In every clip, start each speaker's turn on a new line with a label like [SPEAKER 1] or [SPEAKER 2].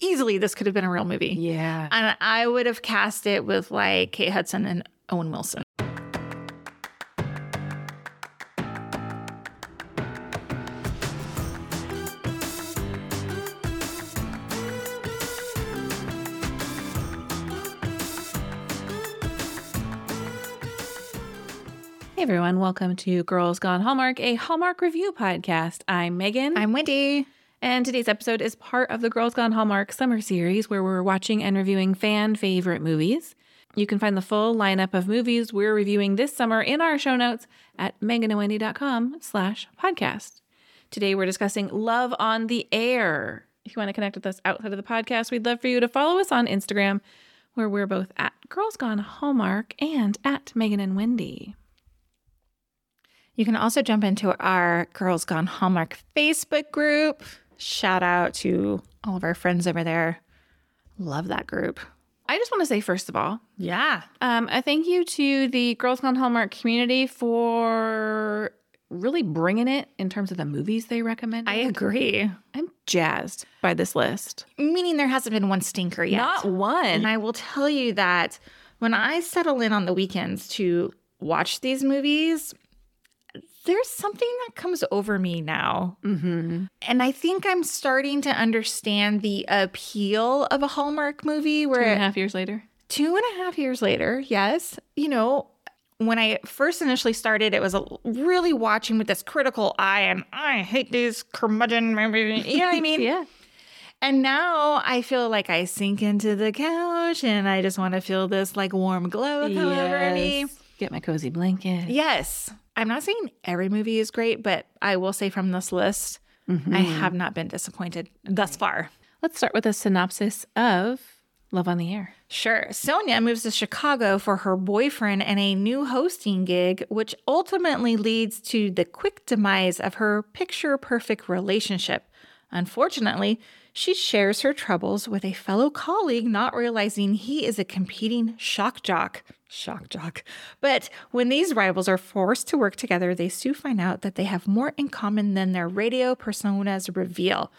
[SPEAKER 1] easily this could have been a real movie.
[SPEAKER 2] Yeah.
[SPEAKER 1] And I would have cast it with like Kate Hudson and Owen Wilson.
[SPEAKER 2] Hey everyone, welcome to Girls Gone Hallmark, a Hallmark review podcast. I'm Megan.
[SPEAKER 1] I'm Wendy.
[SPEAKER 2] and today's episode is part of the Girls Gone Hallmark summer series where we're watching and reviewing fan favorite movies. You can find the full lineup of movies we're reviewing this summer in our show notes at meganandwendy.com slash podcast. Today we're discussing Love on the Air. If you want to connect with us outside of the podcast, we'd love for you to follow us on Instagram where we're both at Girls Gone Hallmark and at Megan and Wendy.
[SPEAKER 1] You can also jump into our Girls Gone Hallmark Facebook group. Shout out to all of our friends over there. Love that group.
[SPEAKER 2] I just want to say, first of all,
[SPEAKER 1] Yeah.
[SPEAKER 2] um, a thank you to the Girls Gone Hallmark community for really bringing it in terms of the movies they recommend.
[SPEAKER 1] I agree.
[SPEAKER 2] I'm jazzed by this list.
[SPEAKER 1] Meaning there hasn't been one stinker yet.
[SPEAKER 2] Not one.
[SPEAKER 1] And I will tell you that when I settle in on the weekends to watch these movies, there's something that comes over me now.
[SPEAKER 2] mm-hmm.
[SPEAKER 1] And I think I'm starting to understand the appeal of a Hallmark movie
[SPEAKER 2] Two
[SPEAKER 1] where
[SPEAKER 2] and a half years later.
[SPEAKER 1] two and a half years later, yes, you know, when I first initially started, it was a, really watching with this critical eye and I hate these curmudgeon, movies," you know what I mean?
[SPEAKER 2] Yeah.
[SPEAKER 1] And now I feel like I sink into the couch and I just want to feel this like warm glow come over me.
[SPEAKER 2] Yes. Get my cozy blanket.
[SPEAKER 1] Yes. I'm not saying every movie is great, but I will say from this list,
[SPEAKER 2] Mm-hmm.
[SPEAKER 1] I have not been disappointed thus far.
[SPEAKER 2] Let's start with a synopsis of Love on the Air.
[SPEAKER 1] Sure. Sonia moves to Chicago for her boyfriend and a new hosting gig, which ultimately leads to the quick demise of her picture perfect relationship. Unfortunately, she shares her troubles with a fellow colleague, not realizing he is a competing shock jock. Shock jock. But when these rivals are forced to work together, they soon find out that they have more in common than their radio personas reveal.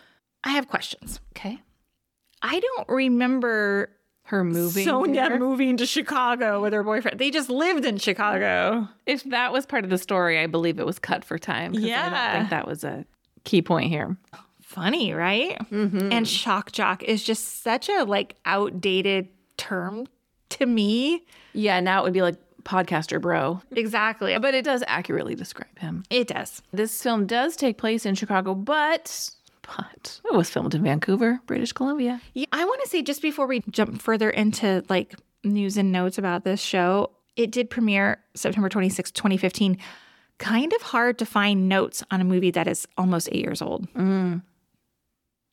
[SPEAKER 1] I have questions.
[SPEAKER 2] Okay.
[SPEAKER 1] I don't remember
[SPEAKER 2] Her moving.
[SPEAKER 1] Sonia
[SPEAKER 2] there.
[SPEAKER 1] moving to Chicago with her boyfriend. They just lived in Chicago.
[SPEAKER 2] If that was part of the story, I believe it was cut for time. 'cause I
[SPEAKER 1] Yeah.
[SPEAKER 2] don't think that was a key point here.
[SPEAKER 1] Funny, right? And shock jock is just such a like outdated term to me.
[SPEAKER 2] Yeah, now it would be like podcaster bro,
[SPEAKER 1] Exactly. But
[SPEAKER 2] but it does accurately describe him.
[SPEAKER 1] it does.
[SPEAKER 2] This film does take place in Chicago, but but it was filmed in Vancouver, British Columbia.
[SPEAKER 1] Yeah, I want to say just before we jump further into like news and notes about this show, it did premiere September 26, 2015. Kind of hard to find notes on a movie that is almost eight years old.
[SPEAKER 2] Mm.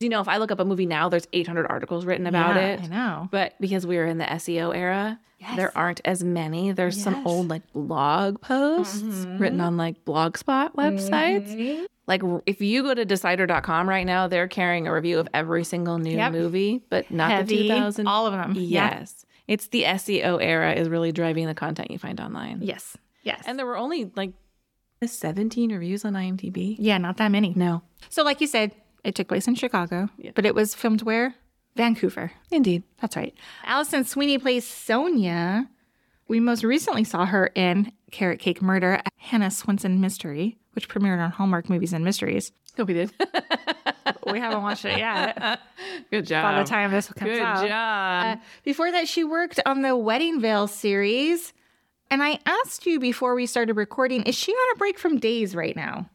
[SPEAKER 2] You know, if I look up a movie now, there's 800 articles written about
[SPEAKER 1] Yeah, I
[SPEAKER 2] it.
[SPEAKER 1] know.
[SPEAKER 2] But because we were in the SEO era,
[SPEAKER 1] Yes.
[SPEAKER 2] there aren't as many. There's some
[SPEAKER 1] Yes. Mm-hmm.
[SPEAKER 2] old like blog posts written on like blogspot websites. Like r- if you go to decider.com right now, they're carrying a review of every single new
[SPEAKER 1] Yep.
[SPEAKER 2] movie, but not
[SPEAKER 1] Heavy.
[SPEAKER 2] the 2000
[SPEAKER 1] All of them. Yeah.
[SPEAKER 2] Yes. It's the SEO era is really driving the content you find online.
[SPEAKER 1] Yes. Yes.
[SPEAKER 2] And there were only like 17 reviews on IMDb.
[SPEAKER 1] yeah, not that many.
[SPEAKER 2] No.
[SPEAKER 1] So, like you said, it took place in Chicago, but it was filmed where? Vancouver.
[SPEAKER 2] Indeed.
[SPEAKER 1] That's right. Allison Sweeney plays Sonia. We most recently saw her in Carrot Cake Murder, a Hannah Swenson mystery, which premiered on Hallmark Movies and Mysteries.
[SPEAKER 2] Hope we did.
[SPEAKER 1] We haven't watched it yet
[SPEAKER 2] Good job.
[SPEAKER 1] by the time this comes
[SPEAKER 2] Good
[SPEAKER 1] out.
[SPEAKER 2] job.
[SPEAKER 1] Uh, before that, she worked on the Wedding Veil series. And I asked you before we started recording, is she on a break from days right now?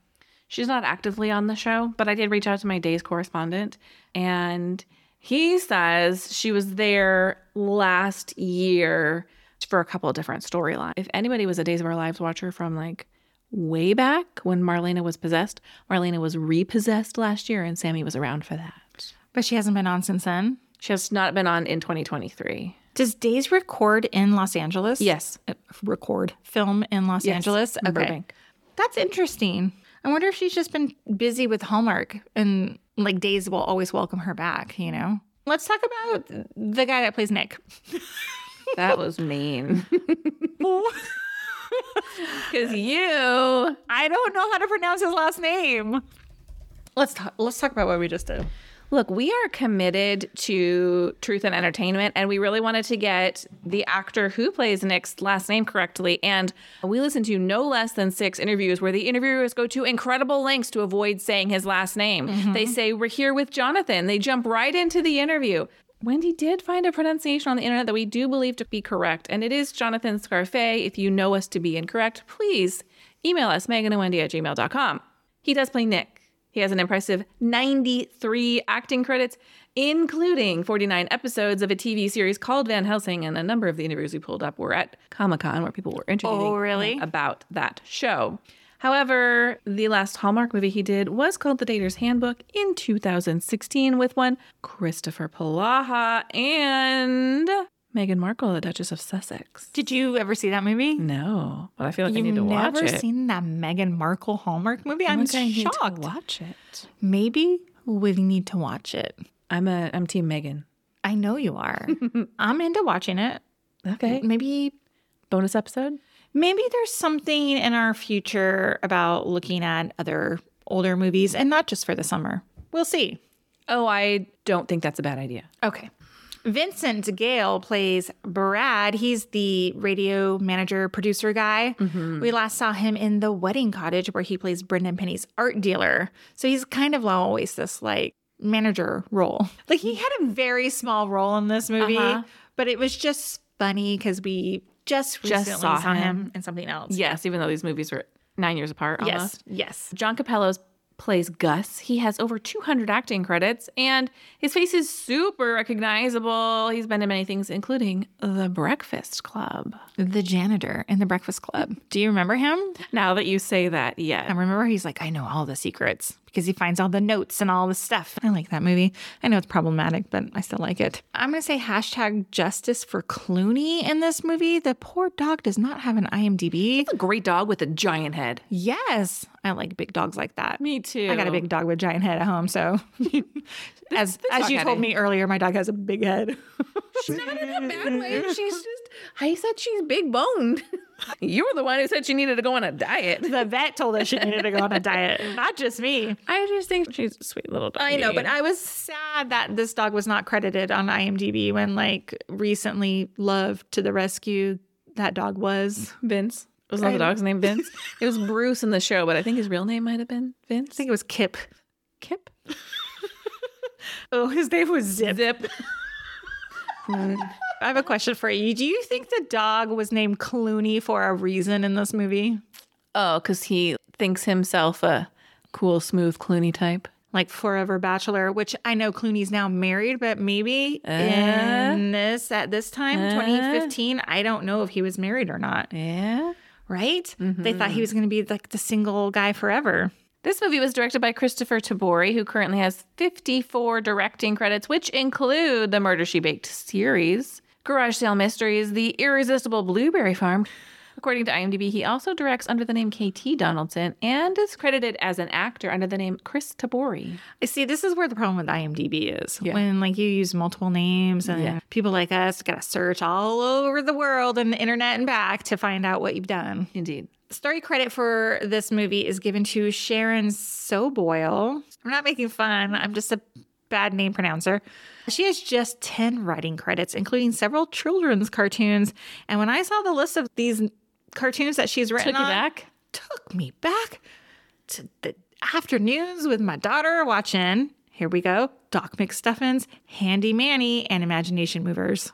[SPEAKER 2] She's not actively on the show, but I did reach out to my day's correspondent and he says she was there last year for a couple of different storylines. If anybody was a Days of Our Lives watcher from like way back when Marlena was possessed, Marlena was repossessed last year and Sammy was around for that.
[SPEAKER 1] But she hasn't been on since then.
[SPEAKER 2] She has not been on in 2023.
[SPEAKER 1] Does Days record in Los Angeles?
[SPEAKER 2] Yes.
[SPEAKER 1] Uh, Record film in Los Angeles?
[SPEAKER 2] in Burbank.
[SPEAKER 1] That's interesting. I wonder if she's just been busy with Hallmark and like Days will always welcome her back, you know? Let's talk about the guy that plays Nick.
[SPEAKER 2] That was mean. Because you
[SPEAKER 1] I don't know how to pronounce his last name. Let's talk let's talk about what we just did.
[SPEAKER 2] Look, we are committed to truth and entertainment, and we really wanted to get the actor who plays Nick's last name correctly. And we listened to no less than six interviews where the interviewers go to incredible lengths to avoid saying his last name. They say, We're here with Jonathan. They jump right into the interview. Wendy did find a pronunciation on the internet that we do believe to be correct, and it is Jonathan Scarfe. If you know us to be incorrect, please email us, Megan and Wendy at gmail.com. He does play Nick. He has an impressive 93 acting credits, including 49 episodes of a TV series called Van Helsing, and a number of the interviews we pulled up were at Comic Con where people were interviewing
[SPEAKER 1] Oh, really?
[SPEAKER 2] him about that show. However, the last Hallmark movie he did was called The Dater's Handbook in 2016 with one Christopher Palaha and Meghan Markle, the Duchess of Sussex.
[SPEAKER 1] Did you ever see that movie?
[SPEAKER 2] No, but I feel like I need
[SPEAKER 1] You've
[SPEAKER 2] to watch
[SPEAKER 1] never
[SPEAKER 2] it.
[SPEAKER 1] seen that Meghan Markle Hallmark movie? I'm
[SPEAKER 2] I need to
[SPEAKER 1] shocked.
[SPEAKER 2] watch it.
[SPEAKER 1] Maybe we need to watch it.
[SPEAKER 2] I'm a I'm Team Megan.
[SPEAKER 1] I know you are. I'm into watching it.
[SPEAKER 2] Okay.
[SPEAKER 1] Maybe
[SPEAKER 2] Bonus episode.
[SPEAKER 1] maybe there's something in our future about looking at other older movies and not just for the summer. We'll see.
[SPEAKER 2] Oh, I don't think that's a bad idea.
[SPEAKER 1] Okay. Vincent Gale plays Brad. He's the radio manager producer guy.
[SPEAKER 2] Mm-hmm.
[SPEAKER 1] We last saw him in The Wedding Cottage, where he plays Brendan Penny's art dealer. So he's kind of always this like manager role. Like he had a very small role in this movie,
[SPEAKER 2] Uh-huh.
[SPEAKER 1] but it was just funny because we just recently
[SPEAKER 2] Just
[SPEAKER 1] saw,
[SPEAKER 2] saw
[SPEAKER 1] him.
[SPEAKER 2] him.
[SPEAKER 1] in something else.
[SPEAKER 2] Yes, even though these movies were nine years apart. Almost.
[SPEAKER 1] Yes. Yes.
[SPEAKER 2] John Capello's plays Gus. He has over 200 acting credits, and his face is super recognizable. He's been in many things, including The Breakfast Club.
[SPEAKER 1] The janitor in The Breakfast Club. Do you remember him?
[SPEAKER 2] Now that you say that, yeah.
[SPEAKER 1] I remember he's like, I know all the secrets because he finds all the notes and all the stuff. I like that movie. I know it's problematic, but I still like it. I'm going to say hashtag justice for Clooney in this movie. The poor dog does not have an IMDb.
[SPEAKER 2] a great dog with a giant head.
[SPEAKER 1] Yes. I like big dogs like that.
[SPEAKER 2] Me too.
[SPEAKER 1] I got a big dog with a giant head at home. So, as, as
[SPEAKER 2] dog
[SPEAKER 1] you
[SPEAKER 2] had
[SPEAKER 1] told
[SPEAKER 2] a-
[SPEAKER 1] me earlier, my dog has a big head.
[SPEAKER 2] Not in a bad way. She's just, I said she's big boned. you were the one who said she needed to go on a diet.
[SPEAKER 1] the vet told us she needed to go on a diet, not just me.
[SPEAKER 2] I just think she's a sweet little dog.
[SPEAKER 1] I know, but I was sad that this dog was not credited on IMDb when, like, recently Love to the Rescue, that dog was.
[SPEAKER 2] Vince. Was not the dog's name Vince? it was Bruce in the show, but I think his real name might have been Vince.
[SPEAKER 1] I think it was Kip.
[SPEAKER 2] Kip.
[SPEAKER 1] Oh, his name was Zip.
[SPEAKER 2] Zip.
[SPEAKER 1] I have a question for you. Do you think the dog was named Clooney for a reason in this movie?
[SPEAKER 2] Oh, because he thinks himself a cool, smooth Clooney type.
[SPEAKER 1] Like Forever Bachelor, which I know Clooney's now married, but maybe in this at this time, 2015, I don't know if he was married or not.
[SPEAKER 2] Yeah.
[SPEAKER 1] Right? They thought he was going to be like the single guy forever.
[SPEAKER 2] This movie was directed by Christopher Tabori, who currently has 54 directing credits, which include the Murder She Baked series, Garage Sale Mysteries, The Irresistible Blueberry Farm. According to IMDb, he also directs under the name KT Donaldson and is credited as an actor under the name Chris Tabori.
[SPEAKER 1] I See, this is where the problem with IMDb is
[SPEAKER 2] Yeah.
[SPEAKER 1] when like you use multiple names and
[SPEAKER 2] Yeah.
[SPEAKER 1] people like us got to search all over the world and the internet and back to find out what you've done.
[SPEAKER 2] Indeed.
[SPEAKER 1] Story credit for this movie is given to Sharon Soboyle. I'm not making fun. I'm just a bad name pronouncer. She has just 10 writing credits, including several children's cartoons. And when I saw the list of these cartoons that she's written
[SPEAKER 2] Took you
[SPEAKER 1] on,
[SPEAKER 2] back?
[SPEAKER 1] took me back to the afternoons with my daughter watching. Here we go. Doc McStuffins, Handy Manny, and Imagination Movers.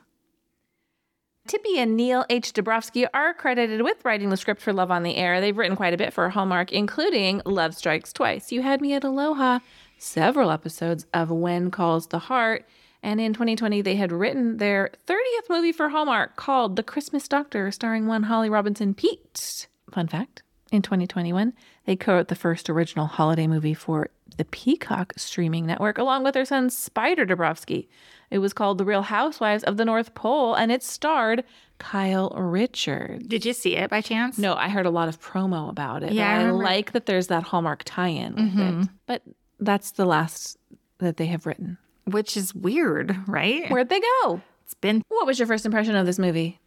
[SPEAKER 2] Tippy and Neil H. Dabrowski are credited with writing the script for Love on the Air. They've written quite a bit for Hallmark, including Love Strikes Twice, You Had Me at Aloha, several episodes of When Calls the Heart. And in 2020, they had written their 30th movie for Hallmark called The Christmas Doctor, starring one Holly Robinson Pete. Fun fact in 2021, they co wrote the first original holiday movie for the Peacock streaming network, along with their son Spider Dabrowski. It was called The Real Housewives of the North Pole, and it starred Kyle Richards.
[SPEAKER 1] Did you see it by chance?
[SPEAKER 2] No, I heard a lot of promo about it.
[SPEAKER 1] Yeah,
[SPEAKER 2] but
[SPEAKER 1] I
[SPEAKER 2] I, Mm-hmm.
[SPEAKER 1] remember.
[SPEAKER 2] like that there's that Hallmark tie in with it. But that's the last that they have written.
[SPEAKER 1] Which is weird, right?
[SPEAKER 2] Where'd they go?
[SPEAKER 1] It's been
[SPEAKER 2] What was your first impression of this movie?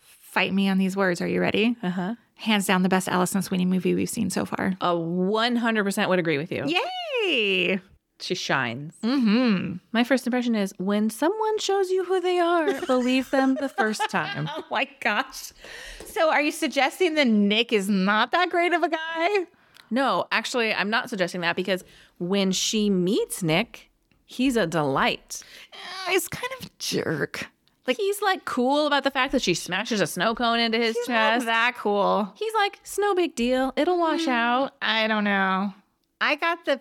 [SPEAKER 1] fight me on these words. Are you ready?
[SPEAKER 2] Uh huh.
[SPEAKER 1] Hands down, the best Allison Sweeney movie we've seen so far.
[SPEAKER 2] A 100% would agree with you.
[SPEAKER 1] Yay!
[SPEAKER 2] she shines.
[SPEAKER 1] Mm-hmm.
[SPEAKER 2] My first impression is when someone shows you who they are, believe them the first time.
[SPEAKER 1] Oh my gosh. So are you suggesting that Nick is not that great of a guy?
[SPEAKER 2] No, actually, I'm not suggesting that because when she meets Nick, he's a delight.
[SPEAKER 1] Uh, he's kind of a jerk.
[SPEAKER 2] Like he's like cool about the fact that she smashes a snow cone into his
[SPEAKER 1] He's not
[SPEAKER 2] chest.
[SPEAKER 1] that Mm. cool.
[SPEAKER 2] He's like, it's no big deal. It'll wash out.
[SPEAKER 1] I don't know. I got the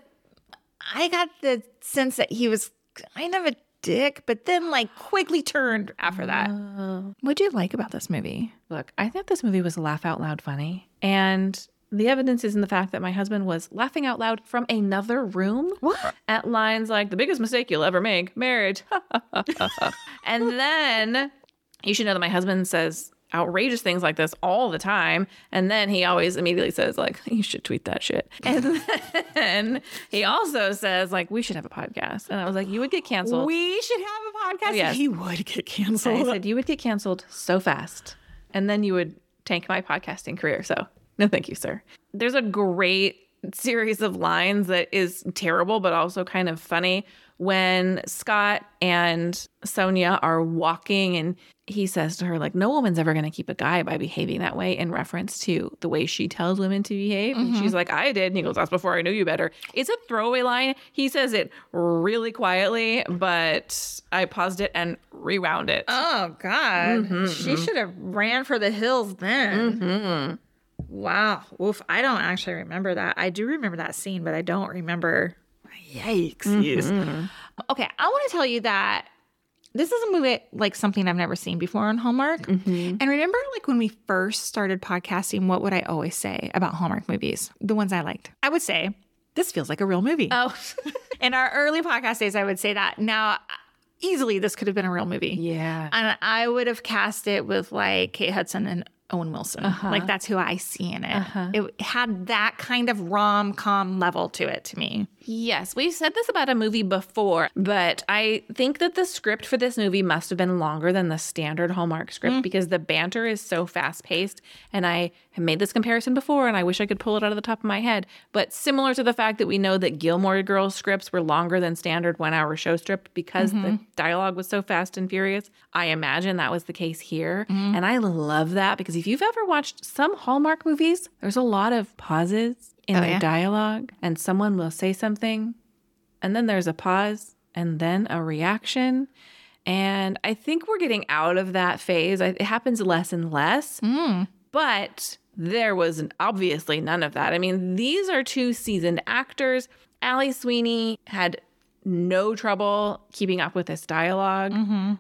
[SPEAKER 1] I got the sense that he was kind of a dick, but then like quickly turned after that. What'd you like about this movie?
[SPEAKER 2] Look, I thought this movie was laugh out loud funny. And the evidence is in the fact that my husband was laughing out loud from another room
[SPEAKER 1] What?
[SPEAKER 2] at lines like, the biggest mistake you'll ever make marriage. and then you should know that my husband says outrageous things like this all the time. And then he always immediately says, like, you should tweet that shit. And then he also says, like, we should have a podcast. And I was like, you would get canceled.
[SPEAKER 1] We should have a podcast.
[SPEAKER 2] Yes.
[SPEAKER 1] He would get
[SPEAKER 2] I
[SPEAKER 1] canceled.
[SPEAKER 2] said you would get canceled so fast, and then you would tank my podcasting career. So no, thank you, sir. There's a great series of lines that is terrible, but also kind of funny when Scott and Sonia are walking, and he says to her like, "No woman's ever going to keep a guy by behaving that way." In reference to the way she tells women to behave, and she's like, "I did," and he goes, "That's before I knew you better." It's a throwaway line. He says it really quietly, but I paused it and rewound it. Mm-hmm,
[SPEAKER 1] Oh God. She should have ran for the hills then.
[SPEAKER 2] Mm-hmm.
[SPEAKER 1] Wow. Oof. I don't actually remember that. I do remember that scene, but I don't remember. Yikes.
[SPEAKER 2] Mm-hmm.
[SPEAKER 1] yes. Okay. I want to tell you that this is a movie like something I've never seen before on Hallmark.
[SPEAKER 2] Mm-hmm.
[SPEAKER 1] And remember, like when we first started podcasting, what would I always say about Hallmark movies? The ones I liked. I would say, this feels like a real movie.
[SPEAKER 2] Oh,
[SPEAKER 1] In our early podcast days, I would say that. Now, easily, this could have been a real movie.
[SPEAKER 2] yeah.
[SPEAKER 1] And I would have cast it with like Kate Hudson and Owen Wilson. Like that's who I see in it. It had that kind of rom com level to it to me.
[SPEAKER 2] Yes, we've said this about a movie before, but I think that the script for this movie must have been longer than the standard Hallmark script because the banter is so fast paced. And I have made this comparison before, and I wish I could pull it out of the top of my head. But similar to the fact that we know that Gilmore Girls scripts were longer than standard one hour show script because the dialogue was so fast and furious, I imagine that was the case here. And I love that because if you've ever watched some Hallmark movies, there's a lot of pauses in
[SPEAKER 1] Oh,
[SPEAKER 2] their
[SPEAKER 1] yeah.
[SPEAKER 2] dialogue, and someone will say something, and then there's a pause, and then a reaction. And I think we're getting out of that phase. I- It happens less and less, but there was n- obviously none of that. I mean, these are two seasoned actors. Ali Sweeney had no trouble keeping up with this dialog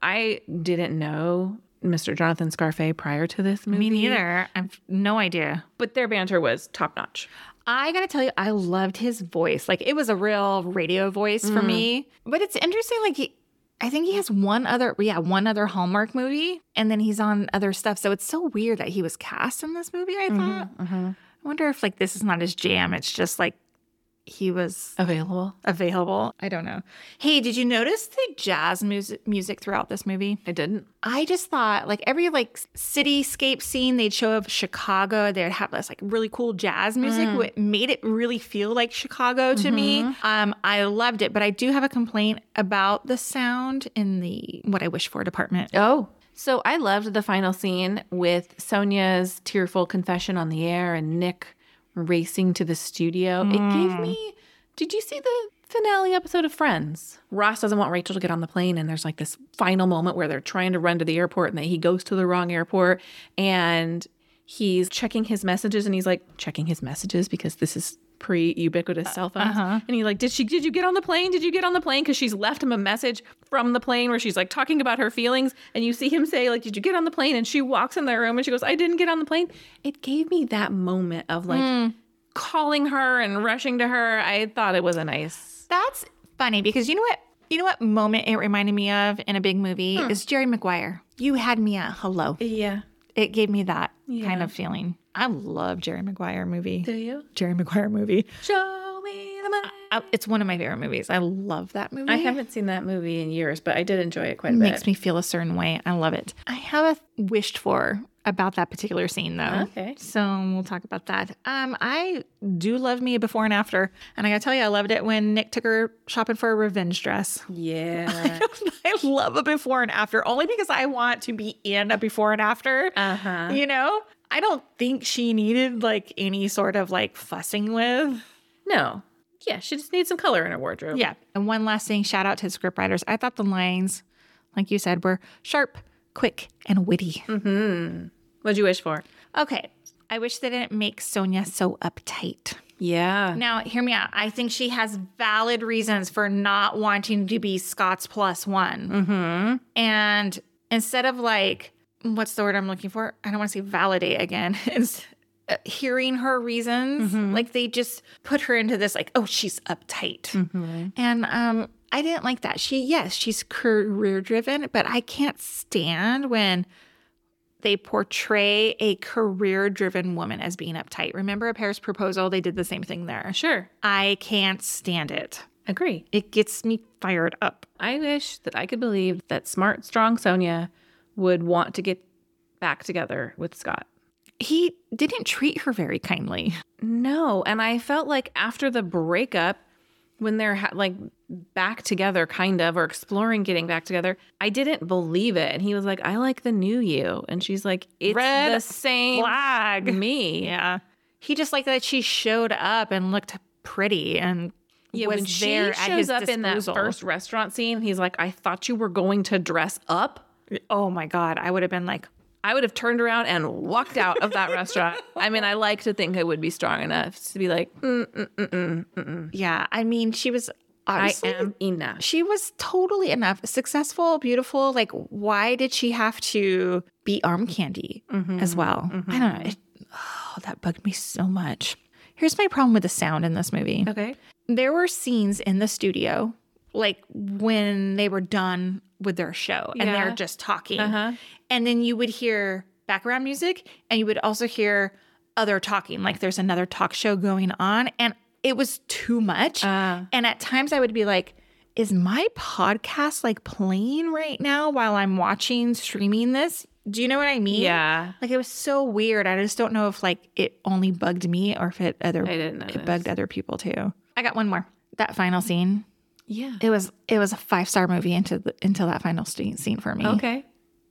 [SPEAKER 2] I didn't know Mr. Jonathan Scarfe prior to this
[SPEAKER 1] Me
[SPEAKER 2] movie,
[SPEAKER 1] neither. I've no idea.
[SPEAKER 2] but their banter was top notch.
[SPEAKER 1] I gotta tell you, I loved his voice. Like it was a real radio voice for me. But it's interesting, like he I think he has one other yeah, one other Hallmark movie and then he's on other stuff. So it's so weird that he was cast in this movie, I thought. I wonder if like this is not his jam. It's just like he was
[SPEAKER 2] Available.
[SPEAKER 1] available. I don't know. Hey, did you notice the jazz music music throughout this movie?
[SPEAKER 2] I didn't.
[SPEAKER 1] I just thought like every like cityscape scene they'd show up Chicago, they'd have this like really cool jazz music what made it really feel like Chicago to me. Um I loved it, but I do have a complaint about the sound in the what I wish for department.
[SPEAKER 2] Oh. So I loved the final scene with Sonia's tearful confession on the air and Nick racing to the studio. It gave me. Did you see the finale episode of Friends? Ross doesn't want Rachel to get on the plane, and there's like this final moment where they're trying to run to the airport and that he goes to the wrong airport and he's checking his messages and he's like checking his messages because this is pre ubiquitous cell phones and he's like did she did you get on the plane did you get on the plane because she's left him a message from the plane where she's like talking about her feelings and you see him say like did you get on the plane and she walks in their room and she goes i didn't get on the plane it gave me that moment of like calling her and rushing to her i thought it was a nice
[SPEAKER 1] That's funny because you know what you know what moment it reminded me of in a big movie is Jerry Maguire. You had me at hello.
[SPEAKER 2] yeah
[SPEAKER 1] It gave me that kind of feeling. I love Jerry Maguire movie.
[SPEAKER 2] do you
[SPEAKER 1] Jerry Maguire movie.
[SPEAKER 2] show me the money
[SPEAKER 1] I- it's one of my favorite movies. I love that movie.
[SPEAKER 2] i haven't seen that movie in years but i did enjoy it quite a
[SPEAKER 1] it
[SPEAKER 2] bit
[SPEAKER 1] makes me feel a certain way. I love it. I have a wished for about that particular scene, though.
[SPEAKER 2] Okay.
[SPEAKER 1] So we'll talk about that. Um, I do love me a before and after, and I gotta tell you, I loved it when Nick took her shopping for a revenge dress.
[SPEAKER 2] Yeah.
[SPEAKER 1] I love a before and after only because I want to be in a before and after.
[SPEAKER 2] uh huh.
[SPEAKER 1] You know, I don't think she needed like any sort of like fussing with.
[SPEAKER 2] No. Yeah, she just needs some color in her wardrobe.
[SPEAKER 1] Yeah. And one last thing, shout out to the scriptwriters. I thought the lines, like you said, were sharp, quick, and witty.
[SPEAKER 2] What'd you wish for?
[SPEAKER 1] Okay. I wish they didn't make Sonia so uptight.
[SPEAKER 2] Yeah.
[SPEAKER 1] Now, hear me out. I think she has valid reasons for not wanting to be Scott's plus one. And instead of like, what's the word I'm looking for? I don't want to say validate again. It's uh, hearing her reasons. Like they just put her into this, like, oh, she's uptight. And um, I didn't like that. She, yes, she's career driven, but I can't stand when they portray a career driven woman as being uptight. Remember a Paris proposal? They did the same thing there.
[SPEAKER 2] Sure.
[SPEAKER 1] I can't stand it.
[SPEAKER 2] Agree.
[SPEAKER 1] It gets me fired up.
[SPEAKER 2] I wish that I could believe that smart, strong Sonia would want to get back together with Scott.
[SPEAKER 1] He didn't treat her very kindly.
[SPEAKER 2] No, and I felt like after the breakup, when they're ha- like back together, kind of, or exploring getting back together, I didn't believe it. And he was like, "I like the new you," and she's like, "It's
[SPEAKER 1] Red
[SPEAKER 2] the same
[SPEAKER 1] Flag.
[SPEAKER 2] me."
[SPEAKER 1] Yeah. He just liked that she showed up and looked pretty and
[SPEAKER 2] Yeah,
[SPEAKER 1] was
[SPEAKER 2] when she
[SPEAKER 1] there
[SPEAKER 2] shows
[SPEAKER 1] at his
[SPEAKER 2] up in that
[SPEAKER 1] disposal.
[SPEAKER 2] first restaurant scene, he's like, "I thought you were going to dress up."
[SPEAKER 1] Oh my God. I would have been like,
[SPEAKER 2] I would have turned around and walked out of that restaurant. I mean, I like to think I would be strong enough to be like, "Mm,
[SPEAKER 1] yeah. I mean, she was
[SPEAKER 2] "I
[SPEAKER 1] honestly
[SPEAKER 2] am enough."
[SPEAKER 1] she was totally enough successful beautiful like why did she have to be arm candy
[SPEAKER 2] Mm-hmm,
[SPEAKER 1] as well i don't know It- oh that bugged me so much here's my problem with the sound in this movie
[SPEAKER 2] Okay.
[SPEAKER 1] there were scenes in the studio like when they were done with their show and
[SPEAKER 2] Yeah.
[SPEAKER 1] they're just talking
[SPEAKER 2] Uh-huh.
[SPEAKER 1] and then you would hear background music and you would also hear other talking like there's another talk show going on and it was too much
[SPEAKER 2] Ah.
[SPEAKER 1] and at times i would be like is my podcast like playing right now while i'm watching streaming this do you know what i mean
[SPEAKER 2] Yeah.
[SPEAKER 1] like it was so weird i just don't know if like it only bugged me or if it other
[SPEAKER 2] I didn't know.
[SPEAKER 1] it bugged other people too. I got one more. That final scene.
[SPEAKER 2] Yeah.
[SPEAKER 1] It was it was a five star movie into the, until that final scene scene for me.
[SPEAKER 2] Okay.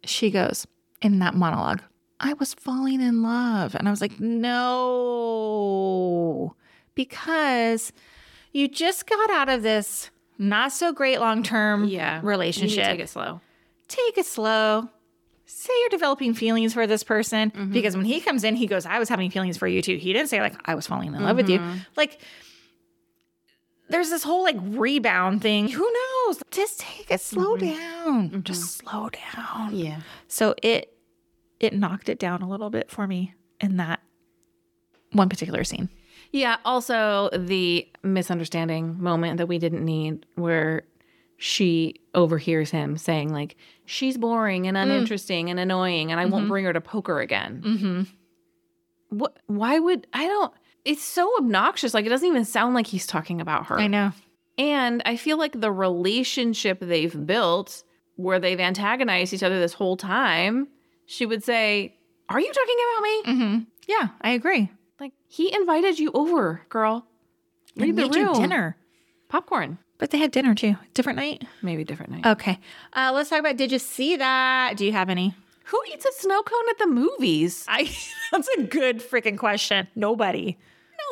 [SPEAKER 1] She goes in that monologue. I was falling in love, and I was like, no, because you just got out of this not so great long term
[SPEAKER 2] Yeah.
[SPEAKER 1] relationship.
[SPEAKER 2] You need to take it slow.
[SPEAKER 1] take it slow. Say you're developing feelings for this person because when he comes in, he goes, I was having feelings for you too. He didn't say, like, I was falling in love with you. Like, there's this whole like rebound thing. Who knows? Just take it slow down. Just slow down.
[SPEAKER 2] Yeah.
[SPEAKER 1] So it it knocked it down a little bit for me in that one particular scene.
[SPEAKER 2] Yeah. Also, the misunderstanding moment that we didn't need, where she overhears him saying like, "She's boring
[SPEAKER 1] Mm.
[SPEAKER 2] and uninteresting and annoying, and I won't bring her to poker again."
[SPEAKER 1] Mm-hmm.
[SPEAKER 2] What? Why would I don't? It's so obnoxious. Like it doesn't even sound like he's talking about her.
[SPEAKER 1] I know.
[SPEAKER 2] And I feel like the relationship they've built, where they've antagonized each other this whole time, she would say, "Are you talking about me?"
[SPEAKER 1] Mm-hmm. Yeah, I agree.
[SPEAKER 2] Like he invited you over, girl.
[SPEAKER 1] They
[SPEAKER 2] Leave the
[SPEAKER 1] made
[SPEAKER 2] room.
[SPEAKER 1] you dinner.
[SPEAKER 2] Popcorn.
[SPEAKER 1] But they had dinner too. Different night.
[SPEAKER 2] Maybe different night.
[SPEAKER 1] Okay. Uh, let's talk about did you see that? Do you have any?
[SPEAKER 2] Who eats a snow cone at the movies?
[SPEAKER 1] I that's a good freaking question. Nobody.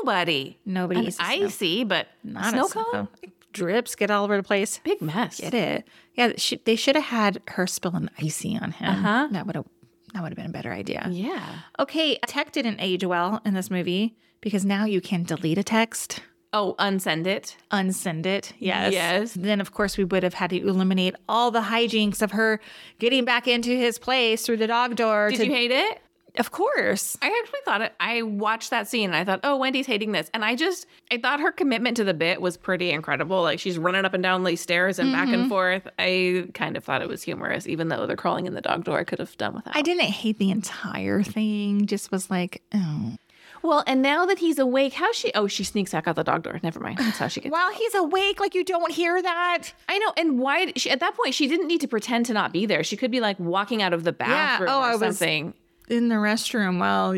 [SPEAKER 2] Nobody.
[SPEAKER 1] Nobody
[SPEAKER 2] An
[SPEAKER 1] eats a snow-
[SPEAKER 2] icy, but
[SPEAKER 1] not a
[SPEAKER 2] snow cone?
[SPEAKER 1] Drips get all over the place.
[SPEAKER 2] Big mess.
[SPEAKER 1] Get it. Yeah, she, they should have had her spill an icy on him.
[SPEAKER 2] Uh-huh.
[SPEAKER 1] That would have that would have been a better idea.
[SPEAKER 2] Yeah.
[SPEAKER 1] Okay, tech didn't age well in this movie because now you can delete a text,
[SPEAKER 2] Oh, unsend it.
[SPEAKER 1] unsend it. Yes.
[SPEAKER 2] Yes.
[SPEAKER 1] Then of course we would have had to eliminate all the hijinks of her getting back into his place through the dog door.
[SPEAKER 2] Did
[SPEAKER 1] to-
[SPEAKER 2] you hate it?
[SPEAKER 1] Of course.
[SPEAKER 2] I actually thought it. I watched that scene and I thought, oh, Wendy's hating this. And I just, I thought her commitment to the bit was pretty incredible. Like she's running up and down these stairs and back and forth. I kind of thought it was humorous, even though they're crawling in the dog door. I could have done without.
[SPEAKER 1] I didn't hate the entire thing. Just was like, oh.
[SPEAKER 2] Well, and now that he's awake, how she? Oh, she sneaks back out the dog door. Never mind. That's how she gets.
[SPEAKER 1] While he's awake, like you don't hear that.
[SPEAKER 2] I know. And why? did She, at that point, she didn't need to pretend to not be there. She could be like walking out of the bathroom
[SPEAKER 1] oh,
[SPEAKER 2] or
[SPEAKER 1] I was-
[SPEAKER 2] something.
[SPEAKER 1] in the restroom while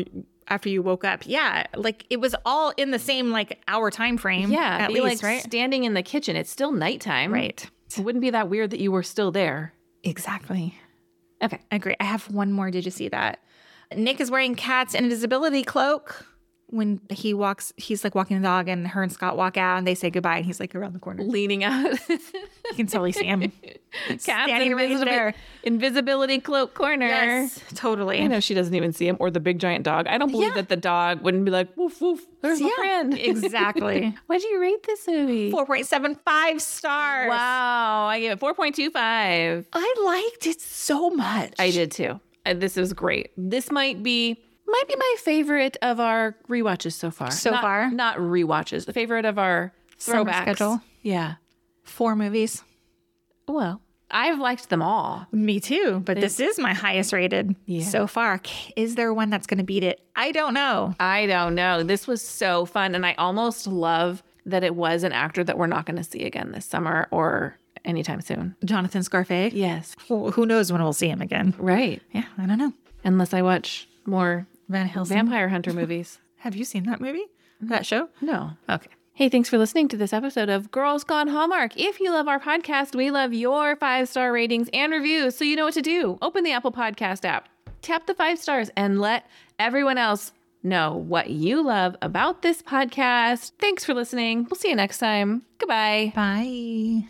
[SPEAKER 1] after you woke up. Yeah, like it was all in the same like hour time frame.
[SPEAKER 2] Yeah,
[SPEAKER 1] at
[SPEAKER 2] be
[SPEAKER 1] least
[SPEAKER 2] like
[SPEAKER 1] right.
[SPEAKER 2] standing in the kitchen. It's still nighttime.
[SPEAKER 1] right.
[SPEAKER 2] It wouldn't be that weird that you were still there.
[SPEAKER 1] Exactly.
[SPEAKER 2] Okay.
[SPEAKER 1] I agree. I have one more. Did you see that? Nick is wearing Cat's invisibility cloak when he walks. He's like walking the dog, and her and Scott walk out, and they say goodbye, and he's like around the corner.
[SPEAKER 2] Leaning out.
[SPEAKER 1] You can totally see him.
[SPEAKER 2] Captain
[SPEAKER 1] Standing right there.
[SPEAKER 2] Invisibility cloak corner.
[SPEAKER 1] yes, totally.
[SPEAKER 2] I know she doesn't even see him or the big giant dog. I don't believe
[SPEAKER 1] Yeah.
[SPEAKER 2] that the dog wouldn't be like, woof, woof, there's my
[SPEAKER 1] Yeah,
[SPEAKER 2] friend.
[SPEAKER 1] exactly.
[SPEAKER 2] What'd you rate this movie?
[SPEAKER 1] Four point seven five stars.
[SPEAKER 2] Wow, I gave it 4.25.
[SPEAKER 1] I liked it so much.
[SPEAKER 2] I did too. Uh, This was great. This might be might be my favorite of our rewatches so far.
[SPEAKER 1] So
[SPEAKER 2] Not-
[SPEAKER 1] far?
[SPEAKER 2] not rewatches. The favorite of our
[SPEAKER 1] Summer
[SPEAKER 2] throwbacks.
[SPEAKER 1] schedule.
[SPEAKER 2] Yeah.
[SPEAKER 1] Four movies.
[SPEAKER 2] Well, I've liked them all.
[SPEAKER 1] Me too, but this is my highest rated
[SPEAKER 2] Yeah.
[SPEAKER 1] so far. Is there one that's going to beat it? I don't know.
[SPEAKER 2] I don't know. This was so fun, and I almost love that it was an actor that we're not going to see again this summer or anytime soon.
[SPEAKER 1] Jonathan Scarfe.
[SPEAKER 2] Yes.
[SPEAKER 1] Who who knows when we'll see him again?
[SPEAKER 2] Right.
[SPEAKER 1] Yeah, I don't know.
[SPEAKER 2] Unless I watch more
[SPEAKER 1] Van Mm-hmm. Helsing.
[SPEAKER 2] vampire hunter movies.
[SPEAKER 1] Have you seen that movie? That show?
[SPEAKER 2] No.
[SPEAKER 1] Okay.
[SPEAKER 2] Hey, thanks for listening to this episode of Girls Gone Hallmark. If you love our podcast, we love your five star ratings and reviews. So you know what to do. Open the Apple Podcast app, tap the five stars, and let everyone else know what you love about this podcast. Thanks for listening. We'll see you next time. Goodbye.
[SPEAKER 1] Bye.